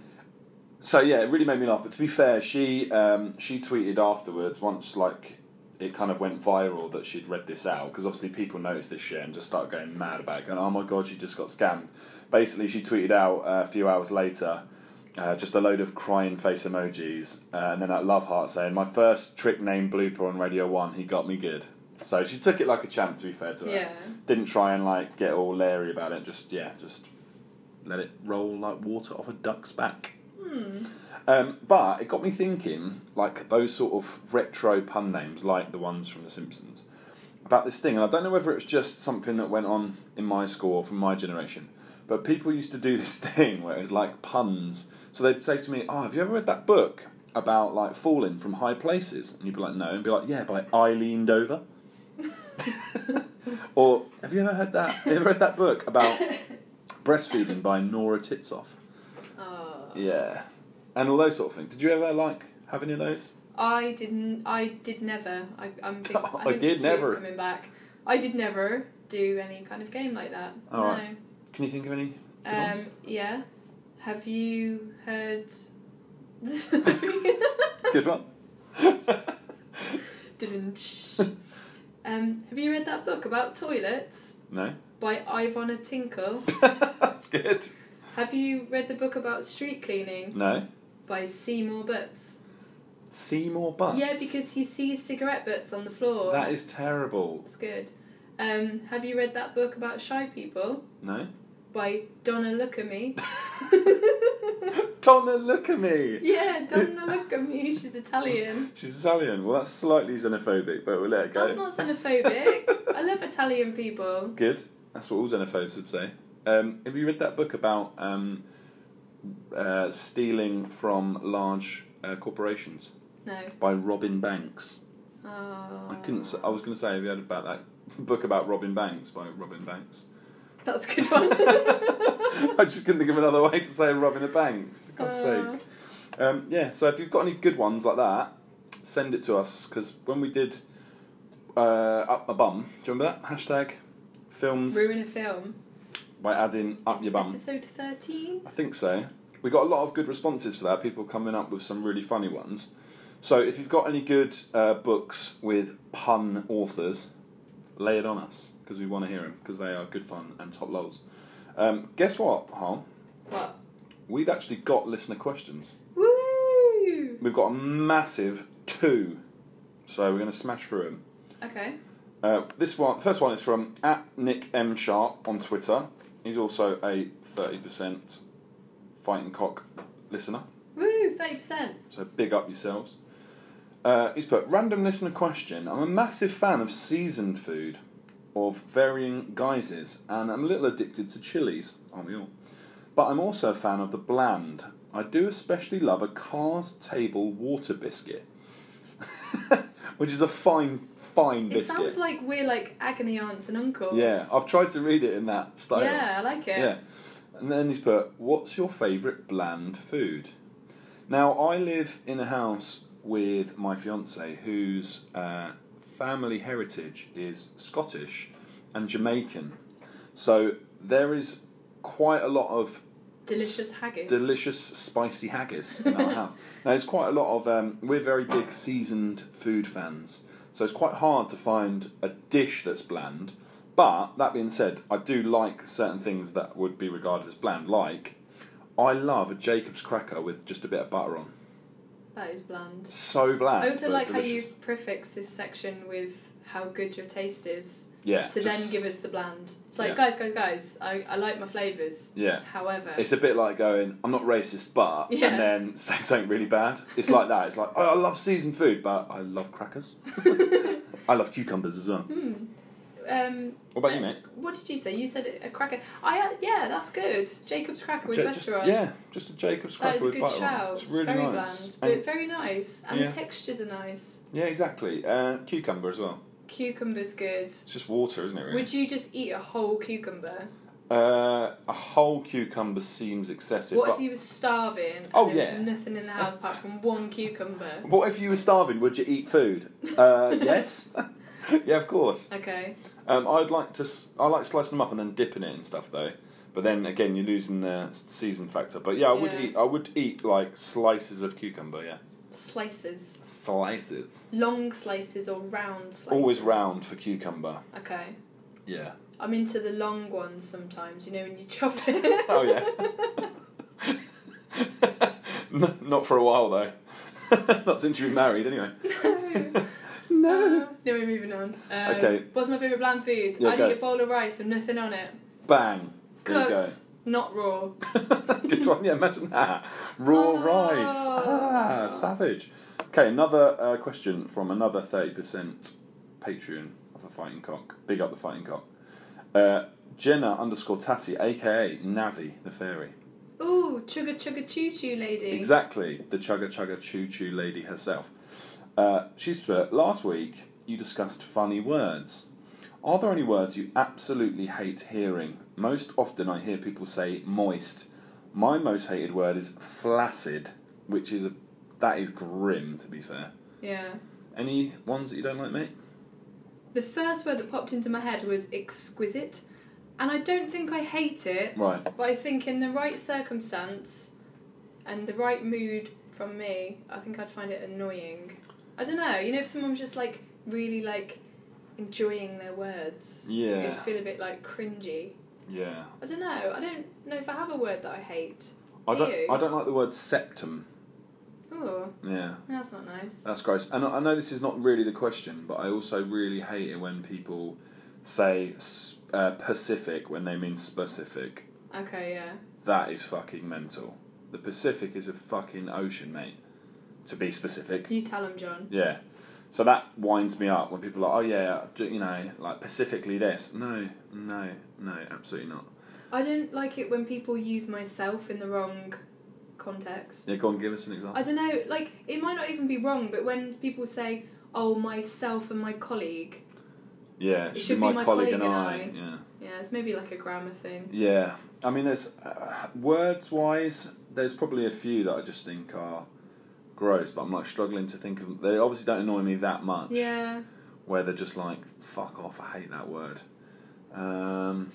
[SPEAKER 1] so yeah, it really made me laugh. But to be fair, she um, she tweeted afterwards once like it kind of went viral that she'd read this out because obviously people noticed this shit and just started going mad about it, going, "Oh my god, she just got scammed." Basically, she tweeted out uh, a few hours later. Uh, just a load of crying face emojis, uh, and then that love heart saying, "My first trick name blooper on Radio One. He got me good." So she took it like a champ. To be fair to her,
[SPEAKER 2] Yeah.
[SPEAKER 1] didn't try and like get all leery about it. Just yeah, just let it roll like water off a duck's back.
[SPEAKER 2] Hmm.
[SPEAKER 1] Um, but it got me thinking, like those sort of retro pun names, like the ones from The Simpsons, about this thing. And I don't know whether it's just something that went on in my school or from my generation, but people used to do this thing where it was like puns. So they'd say to me, "Oh, have you ever read that book about like falling from high places?" And you'd be like, "No," and be like, "Yeah, by Eileen Dover." or have you ever heard that? Have you ever read that book about breastfeeding by Nora Titsoff?
[SPEAKER 2] Oh.
[SPEAKER 1] Yeah, and all those sort of things. Did you ever like have any of those?
[SPEAKER 2] I didn't. I did never. I, I'm. Think,
[SPEAKER 1] I
[SPEAKER 2] think
[SPEAKER 1] did
[SPEAKER 2] it's
[SPEAKER 1] never.
[SPEAKER 2] coming back. I did never do any kind of game like that.
[SPEAKER 1] All
[SPEAKER 2] no.
[SPEAKER 1] right. Can you think of any? good ones?
[SPEAKER 2] Um, yeah. Have you heard?
[SPEAKER 1] Good one.
[SPEAKER 2] Didn't. um, have you read that book about toilets
[SPEAKER 1] No?
[SPEAKER 2] by Ivana Tinkle?
[SPEAKER 1] That's good.
[SPEAKER 2] Have you read the book about street cleaning
[SPEAKER 1] No?
[SPEAKER 2] by Seymour Butts?
[SPEAKER 1] Seymour Butts.
[SPEAKER 2] Yeah, because he sees cigarette butts on the floor.
[SPEAKER 1] That is terrible.
[SPEAKER 2] That's good. Um, have you read that book about shy people
[SPEAKER 1] No?
[SPEAKER 2] by Donna Look at Me?
[SPEAKER 1] Donna, look at me!
[SPEAKER 2] yeah, Donna Look at Me. She's Italian.
[SPEAKER 1] She's Italian. Well, that's slightly xenophobic, but we'll let it go.
[SPEAKER 2] That's not xenophobic. I love Italian people.
[SPEAKER 1] Good. That's what all xenophobes would say. Um, have you read that book about um, uh, stealing from large uh, corporations
[SPEAKER 2] No.
[SPEAKER 1] by Robin Banks?
[SPEAKER 2] Oh.
[SPEAKER 1] I couldn't. s- I was going to say, have you heard about that book about Robin Banks by Robin Banks?
[SPEAKER 2] That's a good one.
[SPEAKER 1] I just couldn't think of another way to say Robin a bank. For God's
[SPEAKER 2] Uh.
[SPEAKER 1] sake. Um, yeah. So if you've got any good ones like that, send it to us because when we did uh, up my bum, do you remember that hashtag? Films
[SPEAKER 2] Ruin a film.
[SPEAKER 1] by adding up your bum.
[SPEAKER 2] Episode 13.
[SPEAKER 1] I think so. We got a lot of good responses for that. People coming up with some really funny ones. So if you've got any good uh, books with pun authors, lay it on us because we want to hear them because they are good fun and top lols. Um, guess what, Harm?
[SPEAKER 2] What?
[SPEAKER 1] We've actually got listener questions.
[SPEAKER 2] Woo!
[SPEAKER 1] We've got a massive two, so we're going to smash through them.
[SPEAKER 2] Okay.
[SPEAKER 1] Uh, this one, first one is from at Nick M Sharp on Twitter. He's also a thirty percent fighting cock listener.
[SPEAKER 2] Woo! 30%.
[SPEAKER 1] So big up yourselves. Uh, he's put random listener question. I'm a massive fan of seasoned food of varying guises, and I'm a little addicted to chilies, aren't we all? But I'm also a fan of the bland. I do especially love a Cars Table water biscuit, which is a fine, fine
[SPEAKER 2] It
[SPEAKER 1] biscuit.
[SPEAKER 2] sounds like we're like agony aunts and uncles.
[SPEAKER 1] yeah, I've tried to read it in that style.
[SPEAKER 2] Yeah, I like it.
[SPEAKER 1] Yeah. And then he's put, What's your favourite bland food? Now, I live in a house with my fiance whose uh, family heritage is Scottish and Jamaican. So there is quite a lot of
[SPEAKER 2] Delicious haggis.
[SPEAKER 1] delicious spicy haggis in our house. Now, it's quite a lot of, um, we're very big seasoned food fans, so it's quite hard to find a dish that's bland. But that being said, I do like certain things that would be regarded as bland, like I love a Jacob's cracker with just a bit of butter on.
[SPEAKER 2] that is bland.
[SPEAKER 1] So bland.
[SPEAKER 2] I also
[SPEAKER 1] but
[SPEAKER 2] Oh, like how
[SPEAKER 1] delicious.
[SPEAKER 2] you've prefixed this section with how good your taste is
[SPEAKER 1] yeah,
[SPEAKER 2] to then
[SPEAKER 1] just-
[SPEAKER 2] give us the bland. It's like,
[SPEAKER 1] Yeah.
[SPEAKER 2] guys, guys, guys, I, I like my flavours.
[SPEAKER 1] Yeah.
[SPEAKER 2] However,
[SPEAKER 1] It's a bit like going, I'm not racist, but,
[SPEAKER 2] Yeah.
[SPEAKER 1] and then say something really bad. It's like that. It's like, oh, I love seasoned food, but I love crackers. I love cucumbers as well.
[SPEAKER 2] um,
[SPEAKER 1] What about you, mate?
[SPEAKER 2] Hmm. what did you say? You said a cracker. I uh, yeah, that's good. Jacob's cracker with
[SPEAKER 1] Ja-
[SPEAKER 2] butter
[SPEAKER 1] just-
[SPEAKER 2] on.
[SPEAKER 1] Yeah, just a Jacob's
[SPEAKER 2] That
[SPEAKER 1] cracker
[SPEAKER 2] is a
[SPEAKER 1] with
[SPEAKER 2] good
[SPEAKER 1] butter
[SPEAKER 2] shout.
[SPEAKER 1] on. It's really
[SPEAKER 2] very
[SPEAKER 1] nice.
[SPEAKER 2] bland,
[SPEAKER 1] And-
[SPEAKER 2] but very nice, and
[SPEAKER 1] Yeah.
[SPEAKER 2] the textures are nice.
[SPEAKER 1] yeah, exactly. Uh, cucumber as well.
[SPEAKER 2] Cucumber's good.
[SPEAKER 1] It's just water, isn't it? Really?
[SPEAKER 2] Would you just eat a whole cucumber?
[SPEAKER 1] uh, a whole cucumber seems excessive.
[SPEAKER 2] What
[SPEAKER 1] but
[SPEAKER 2] if you were starving and
[SPEAKER 1] Oh,
[SPEAKER 2] there
[SPEAKER 1] yeah.
[SPEAKER 2] was nothing in the house apart from one cucumber?
[SPEAKER 1] what if you were starving? Would you eat food? Uh, yes. yeah, of course.
[SPEAKER 2] Okay.
[SPEAKER 1] Um, I'd like to. s- I like slicing them up and then dipping it and stuff though. But then again, you're losing the season factor. But yeah, I would
[SPEAKER 2] Yeah.
[SPEAKER 1] eat. I would eat like slices of cucumber. Yeah,
[SPEAKER 2] Slices.
[SPEAKER 1] slices.
[SPEAKER 2] Long slices or round slices?
[SPEAKER 1] Always round for cucumber.
[SPEAKER 2] Okay.
[SPEAKER 1] Yeah.
[SPEAKER 2] I'm into the long ones sometimes, you know, when you chop it.
[SPEAKER 1] Oh yeah. N- Not for a while though. Not since you've been married, anyway.
[SPEAKER 2] no. No, we're moving on. Um,
[SPEAKER 1] Okay.
[SPEAKER 2] What's my favourite bland food?
[SPEAKER 1] Yeah,
[SPEAKER 2] I'd
[SPEAKER 1] go.
[SPEAKER 2] eat a bowl of rice with nothing on it.
[SPEAKER 1] Bang. There you go.
[SPEAKER 2] Cooked, not raw.
[SPEAKER 1] Good one. Yeah, imagine that. Raw
[SPEAKER 2] Oh.
[SPEAKER 1] rice. Ah, savage. Okay, another uh, question from another thirty percent Patreon of the Fighting Cock. Big up the Fighting Cock. Uh, Jenna underscore Tassie, aka Navi the fairy.
[SPEAKER 2] Ooh, chugga chugga choo choo lady.
[SPEAKER 1] Exactly, the chugga chugga choo choo lady herself. Uh, she's put, last week you discussed funny words. Are there any words you absolutely hate hearing? Most often I hear people say moist. My most hated word is flaccid, which is a that is grim to be fair.
[SPEAKER 2] Yeah.
[SPEAKER 1] Any ones that you don't like, mate?
[SPEAKER 2] The first word that popped into my head was exquisite, and I don't think I hate it,
[SPEAKER 1] Right.
[SPEAKER 2] but I think in the right circumstance and the right mood from me, I think I'd find it annoying. I don't know, you know, if someone was just like, really like enjoying their words. I
[SPEAKER 1] Yeah.
[SPEAKER 2] just feel a bit like cringy.
[SPEAKER 1] Yeah.
[SPEAKER 2] I don't know. I don't know if I have a word that I hate.
[SPEAKER 1] I
[SPEAKER 2] Do
[SPEAKER 1] don't.
[SPEAKER 2] you?
[SPEAKER 1] I don't like the word septum.
[SPEAKER 2] Oh,
[SPEAKER 1] Yeah.
[SPEAKER 2] that's not nice.
[SPEAKER 1] That's gross. And I I know this is not really the question, but I also really hate it when people say s- uh, Pacific when they mean specific.
[SPEAKER 2] Okay, yeah.
[SPEAKER 1] That is fucking mental. The Pacific is a fucking ocean, mate. To be specific.
[SPEAKER 2] You tell him, John.
[SPEAKER 1] Yeah. So that winds me up when people are like, oh yeah, j- you know, like specifically this. No, no, no, absolutely not.
[SPEAKER 2] I don't like it when people use myself in the wrong context.
[SPEAKER 1] Yeah, go on, give us an example.
[SPEAKER 2] I don't know, like, it might not even be wrong, but when people say, oh, myself and my colleague,
[SPEAKER 1] yeah,
[SPEAKER 2] It should be my colleague and I.
[SPEAKER 1] Yeah.
[SPEAKER 2] yeah, it's maybe like a grammar thing.
[SPEAKER 1] Yeah. I mean, there's uh, words wise, there's probably a few that I just think are gross, but I'm like struggling to think of. They obviously don't annoy me that much.
[SPEAKER 2] Yeah,
[SPEAKER 1] Where they're just like, fuck off, I hate that word. Um,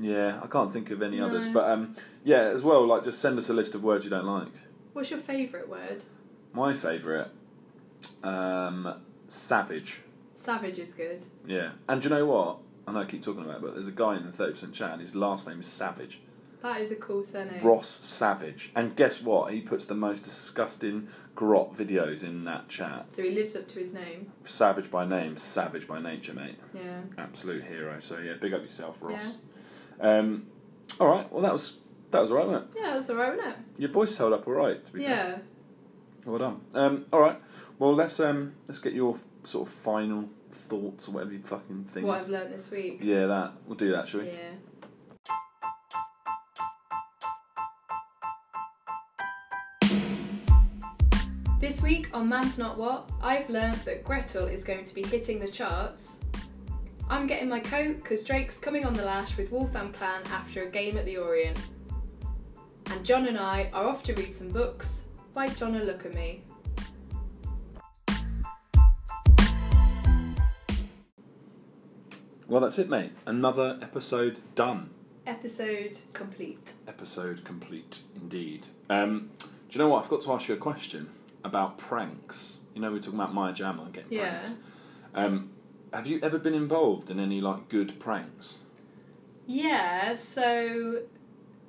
[SPEAKER 1] yeah, I can't think of any
[SPEAKER 2] No.
[SPEAKER 1] others, but um, yeah, as well, like just send us a list of words you don't like.
[SPEAKER 2] what's your favourite word?
[SPEAKER 1] My favourite, um, Savage.
[SPEAKER 2] Savage is good.
[SPEAKER 1] Yeah. And do you know what? I know I keep talking about it, but there's a guy in the 30% chat and his last name is Savage.
[SPEAKER 2] That is a cool surname.
[SPEAKER 1] Ross Savage. And guess what? He puts the most disgusting grot videos in that chat.
[SPEAKER 2] So he lives up to his name.
[SPEAKER 1] Savage by name, savage by nature, mate.
[SPEAKER 2] Yeah.
[SPEAKER 1] Absolute hero. So yeah, big up yourself, Ross. Um, all right. Well, that was that was all right, wasn't
[SPEAKER 2] Yeah, that's alright, wasn't
[SPEAKER 1] it? Your voice held up all right. To
[SPEAKER 2] it?
[SPEAKER 1] be fair.
[SPEAKER 2] Yeah.
[SPEAKER 1] Well done. Um, all right. Well, let's um, let's get your sort of final thoughts or whatever you fucking think.
[SPEAKER 2] What
[SPEAKER 1] is.
[SPEAKER 2] I've learnt this week.
[SPEAKER 1] Yeah, that we'll do that, shall we?
[SPEAKER 2] Yeah. This week on Man's Not What, I've learned that Gretel is going to be hitting the charts. I'm getting my coat because Drake's coming on the lash with Wolfham Clan after a game at the Orient. And John and I are off to read some books by John a Look at Me.
[SPEAKER 1] Well, that's it, mate. Another episode done.
[SPEAKER 2] Episode complete.
[SPEAKER 1] Episode complete indeed. Um, do you know what? I forgot to ask you a question about pranks. You know, we were talking about Maya Jama getting
[SPEAKER 2] Yeah.
[SPEAKER 1] pranked. Um, have you ever been involved in any like good pranks?
[SPEAKER 2] Yeah, so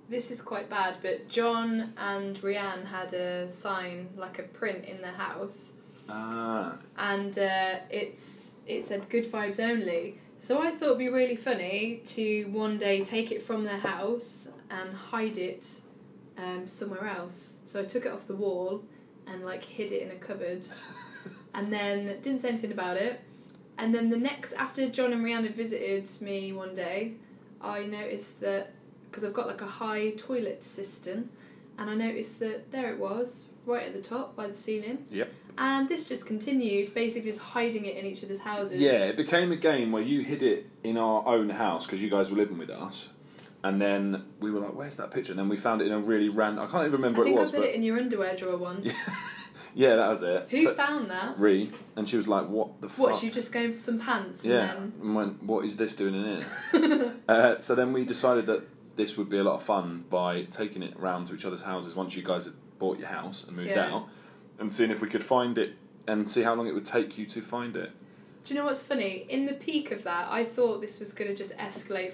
[SPEAKER 2] this is quite bad, but John and Rianne had a sign, like a print in their house,
[SPEAKER 1] Ah,
[SPEAKER 2] and uh, it's it said good vibes only. So I thought it'd be really funny to one day take it from their house and hide it um, somewhere else. So I took it off the wall and like hid it in a cupboard, and then didn't say anything about it. And then the next after John and Rihanna visited me one day, I noticed that because I've got like a high toilet cistern, and I noticed that there it was right at the top by the ceiling.
[SPEAKER 1] Yep.
[SPEAKER 2] And this just continued, basically just hiding it in each other's houses.
[SPEAKER 1] yeah. It became a game where you hid it in our own house because you guys were living with us, and then we were like, "Where's that picture?" And then we found it in a really random. I can't even
[SPEAKER 2] I
[SPEAKER 1] remember
[SPEAKER 2] think
[SPEAKER 1] it was,
[SPEAKER 2] I put
[SPEAKER 1] but
[SPEAKER 2] it in your underwear drawer once.
[SPEAKER 1] yeah, that was it.
[SPEAKER 2] Who
[SPEAKER 1] So-
[SPEAKER 2] found that?
[SPEAKER 1] Ree, and she was like, "What the
[SPEAKER 2] What,
[SPEAKER 1] fuck?"
[SPEAKER 2] you just going for some pants
[SPEAKER 1] yeah,
[SPEAKER 2] and
[SPEAKER 1] and went, "What is this doing in here?"
[SPEAKER 2] then
[SPEAKER 1] Uh, so then we decided that this would be a lot of fun by taking it round to each other's houses once you guys had bought your house and moved
[SPEAKER 2] Yeah.
[SPEAKER 1] out, and seeing if we could find it and see how long it would take you to find it.
[SPEAKER 2] Do you know what's funny? In the peak of that, I thought this was going to just escalate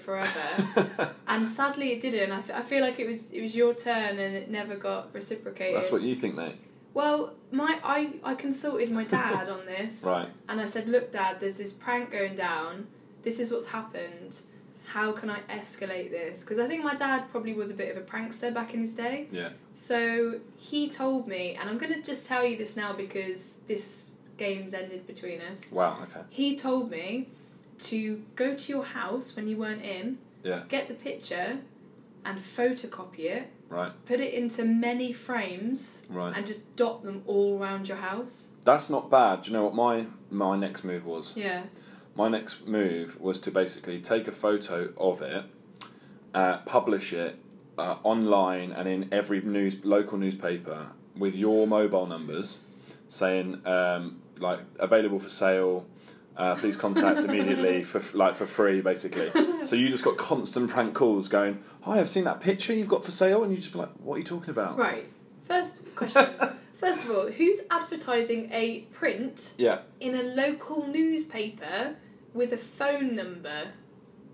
[SPEAKER 2] forever. and sadly it didn't. I, f- I feel like it was it was your turn and it never got reciprocated.
[SPEAKER 1] That's what you think, mate.
[SPEAKER 2] well, my I, I consulted my dad on this.
[SPEAKER 1] Right.
[SPEAKER 2] And I said, Look, Dad, there's this prank going down. This is what's happened. How can I escalate this? Because I think my dad probably was a bit of a prankster back in his day.
[SPEAKER 1] Yeah.
[SPEAKER 2] So he told me, and I'm going to just tell you this now because this game's ended between us.
[SPEAKER 1] Wow. Okay.
[SPEAKER 2] He told me to go to your house when you weren't in,
[SPEAKER 1] Yeah.
[SPEAKER 2] get the picture, and photocopy it,
[SPEAKER 1] Right.
[SPEAKER 2] put it into many frames,
[SPEAKER 1] Right.
[SPEAKER 2] and just dot them all around your house.
[SPEAKER 1] That's not bad. Do you know what my my next move was?
[SPEAKER 2] Yeah.
[SPEAKER 1] my next move was to basically take a photo of it, uh, publish it uh, online and in every news local newspaper with your mobile numbers, saying um, like available for sale. Uh, please contact immediately for like for free, basically. So you just got constant prank calls going. Hi, I've seen that picture you've got for sale, and you just be like, "What are you talking about?"
[SPEAKER 2] Right. First questions. First of all, who's advertising a print
[SPEAKER 1] Yeah,
[SPEAKER 2] in a local newspaper with a phone number?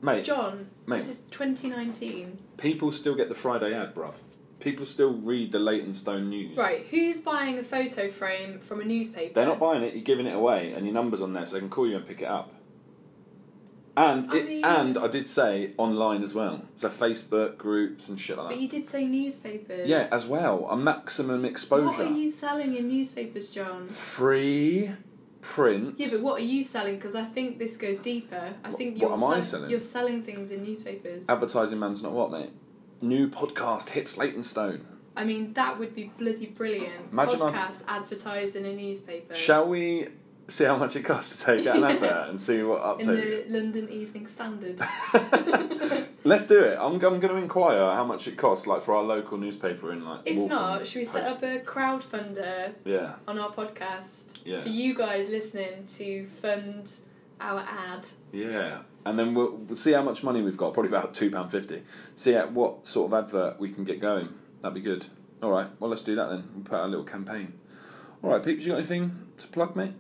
[SPEAKER 1] mate.
[SPEAKER 2] John,
[SPEAKER 1] mate.
[SPEAKER 2] this is 2019.
[SPEAKER 1] People still get the Friday ad, bruv. People still read the Leytonstone news.
[SPEAKER 2] Right, who's buying a photo frame from a newspaper?
[SPEAKER 1] They're not buying it. You're giving it away, and your number's on there, so they can call you and pick it up. And
[SPEAKER 2] I
[SPEAKER 1] it,
[SPEAKER 2] mean-
[SPEAKER 1] and I did say online as well, so Facebook groups and shit like
[SPEAKER 2] But
[SPEAKER 1] that.
[SPEAKER 2] you did say newspapers.
[SPEAKER 1] Yeah, as well, a maximum exposure.
[SPEAKER 2] What are you selling in newspapers, John?
[SPEAKER 1] Free prints.
[SPEAKER 2] Yeah, but what are you selling? Because I think this goes deeper. I
[SPEAKER 1] Wh-
[SPEAKER 2] think
[SPEAKER 1] what
[SPEAKER 2] you're
[SPEAKER 1] am I
[SPEAKER 2] sell-
[SPEAKER 1] selling?
[SPEAKER 2] you're selling things in newspapers.
[SPEAKER 1] Advertising man's not what, mate. New podcast hits Leytonstone.
[SPEAKER 2] I mean, that would be bloody brilliant.
[SPEAKER 1] Imagine I'm-
[SPEAKER 2] Podcast advertised in a newspaper.
[SPEAKER 1] Shall we see how much it costs to take out an
[SPEAKER 2] Yeah.
[SPEAKER 1] advert and see what up
[SPEAKER 2] in
[SPEAKER 1] to?
[SPEAKER 2] the London Evening Standard.
[SPEAKER 1] Let's do it. I'm, I'm going to inquire how much it costs, like for our local newspaper in like.
[SPEAKER 2] If
[SPEAKER 1] Waltham
[SPEAKER 2] not, should we set
[SPEAKER 1] Post.
[SPEAKER 2] up a crowdfunder
[SPEAKER 1] Yeah,
[SPEAKER 2] on our podcast
[SPEAKER 1] Yeah.
[SPEAKER 2] for you guys listening to fund our ad?
[SPEAKER 1] yeah, and then we'll, we'll see how much money we've got. Probably about two pound fifty. See at what sort of advert we can get going. That'd be good. All right. Well, let's do that then. We'll put out a little campaign. All right, peeps. You got anything to plug, mate?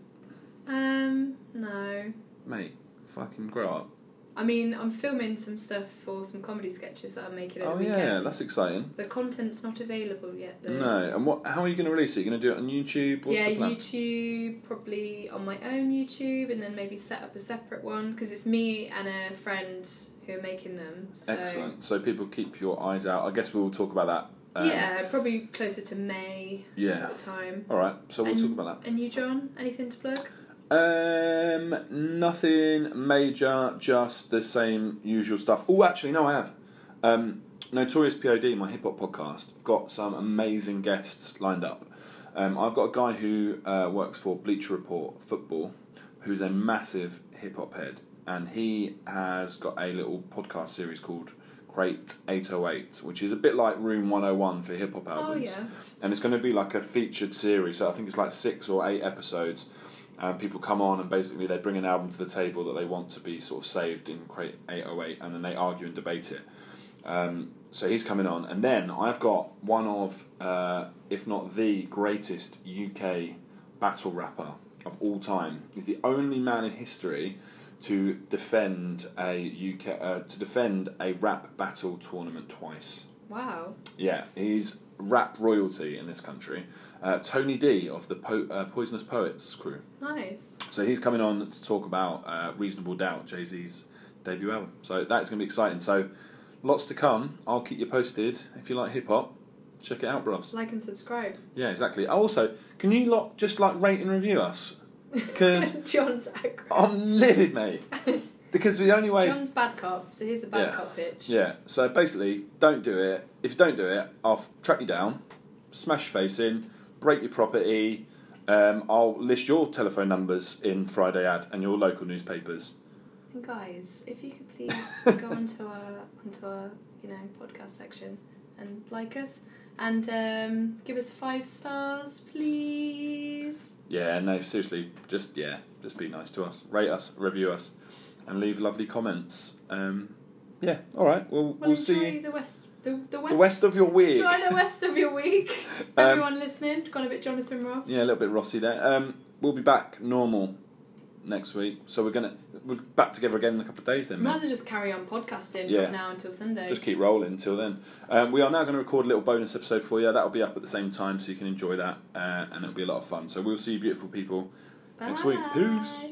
[SPEAKER 2] Um, no.
[SPEAKER 1] Mate, fucking grow up.
[SPEAKER 2] I mean, I'm filming some stuff for some comedy sketches that I'm making over
[SPEAKER 1] oh
[SPEAKER 2] the weekend.
[SPEAKER 1] yeah, that's exciting.
[SPEAKER 2] The content's not available yet, though.
[SPEAKER 1] No, and what? How are you going to release it? You going to do it on YouTube? What's
[SPEAKER 2] yeah,
[SPEAKER 1] the plan?
[SPEAKER 2] YouTube, probably on my own YouTube, and then maybe set up a separate one because it's me and a friend who are making them. So.
[SPEAKER 1] Excellent. So people keep your eyes out. I guess we'll talk about that. um,
[SPEAKER 2] yeah, probably closer to May
[SPEAKER 1] Yeah.
[SPEAKER 2] sort of time.
[SPEAKER 1] All right. So we'll
[SPEAKER 2] and,
[SPEAKER 1] talk about that.
[SPEAKER 2] And you, John, anything to plug?
[SPEAKER 1] Um, nothing major. Just the same usual stuff. Oh, actually, no, I have. Um, Notorious POD, my hip hop podcast, got some amazing guests lined up. Um, I've got a guy who uh, works for Bleacher Report Football, who's a massive hip hop head, and he has got a little podcast series called Crate 808, which is a bit like Room 101 for hip hop albums.
[SPEAKER 2] Oh yeah.
[SPEAKER 1] and it's going to be like a featured series. So I think it's like six or eight episodes, and people come on and basically they bring an album to the table that they want to be sort of saved in Crate Eight Oh Eight, and then they argue and debate it. Um, so he's coming on, and then I've got one of, uh, if not the greatest UK battle rapper of all time. He's the only man in history to defend a UK uh, to defend a rap battle tournament twice.
[SPEAKER 2] Wow.
[SPEAKER 1] Yeah, he's rap royalty in this country. Uh, Tony D of the po- uh, Poisonous Poets crew.
[SPEAKER 2] Nice.
[SPEAKER 1] So he's coming on to talk about uh, Reasonable Doubt, Jay Z's debut album. So that's going to be exciting. So lots to come. I'll keep you posted. If you like hip hop, check it out, bruvs.
[SPEAKER 2] Like and subscribe.
[SPEAKER 1] Yeah, exactly. Also, can you lot just like rate and review us? 'Cause-
[SPEAKER 2] John's aggro.
[SPEAKER 1] I'm livid, mate. Because the only way.
[SPEAKER 2] John's bad cop, so here's the bad
[SPEAKER 1] Yeah.
[SPEAKER 2] cop bitch.
[SPEAKER 1] Yeah, so basically, don't do it. If you don't do it, I'll track you down, smash your face in, break your property. Um, I'll list your telephone numbers in Friday ad and your local newspapers.
[SPEAKER 2] And guys, if you could please go onto our onto our you know podcast section and like us and um, give us five stars, please.
[SPEAKER 1] Yeah, no, seriously, just yeah, just be nice to us, rate us, review us, and leave lovely comments. Um, yeah, all right. Well, we'll,
[SPEAKER 2] Well, enjoy
[SPEAKER 1] see you
[SPEAKER 2] the west the, the west
[SPEAKER 1] the west of your week.
[SPEAKER 2] enjoy the west of your week.
[SPEAKER 1] Um,
[SPEAKER 2] Everyone listening, gone a bit Jonathan Ross.
[SPEAKER 1] Yeah, a little bit rossy there. Um, we'll be back normal next week, so we're gonna we're back together again in a couple of days then.
[SPEAKER 2] Might
[SPEAKER 1] mate.
[SPEAKER 2] as well just carry on podcasting
[SPEAKER 1] Yeah.
[SPEAKER 2] from now until Sunday.
[SPEAKER 1] Just keep rolling until then. Um, we are now going to record a little bonus episode for you. That'll be up at the same time, so you can enjoy that, uh, and it'll be a lot of fun. So we'll see you, beautiful people. next week. Peace.
[SPEAKER 2] Bye.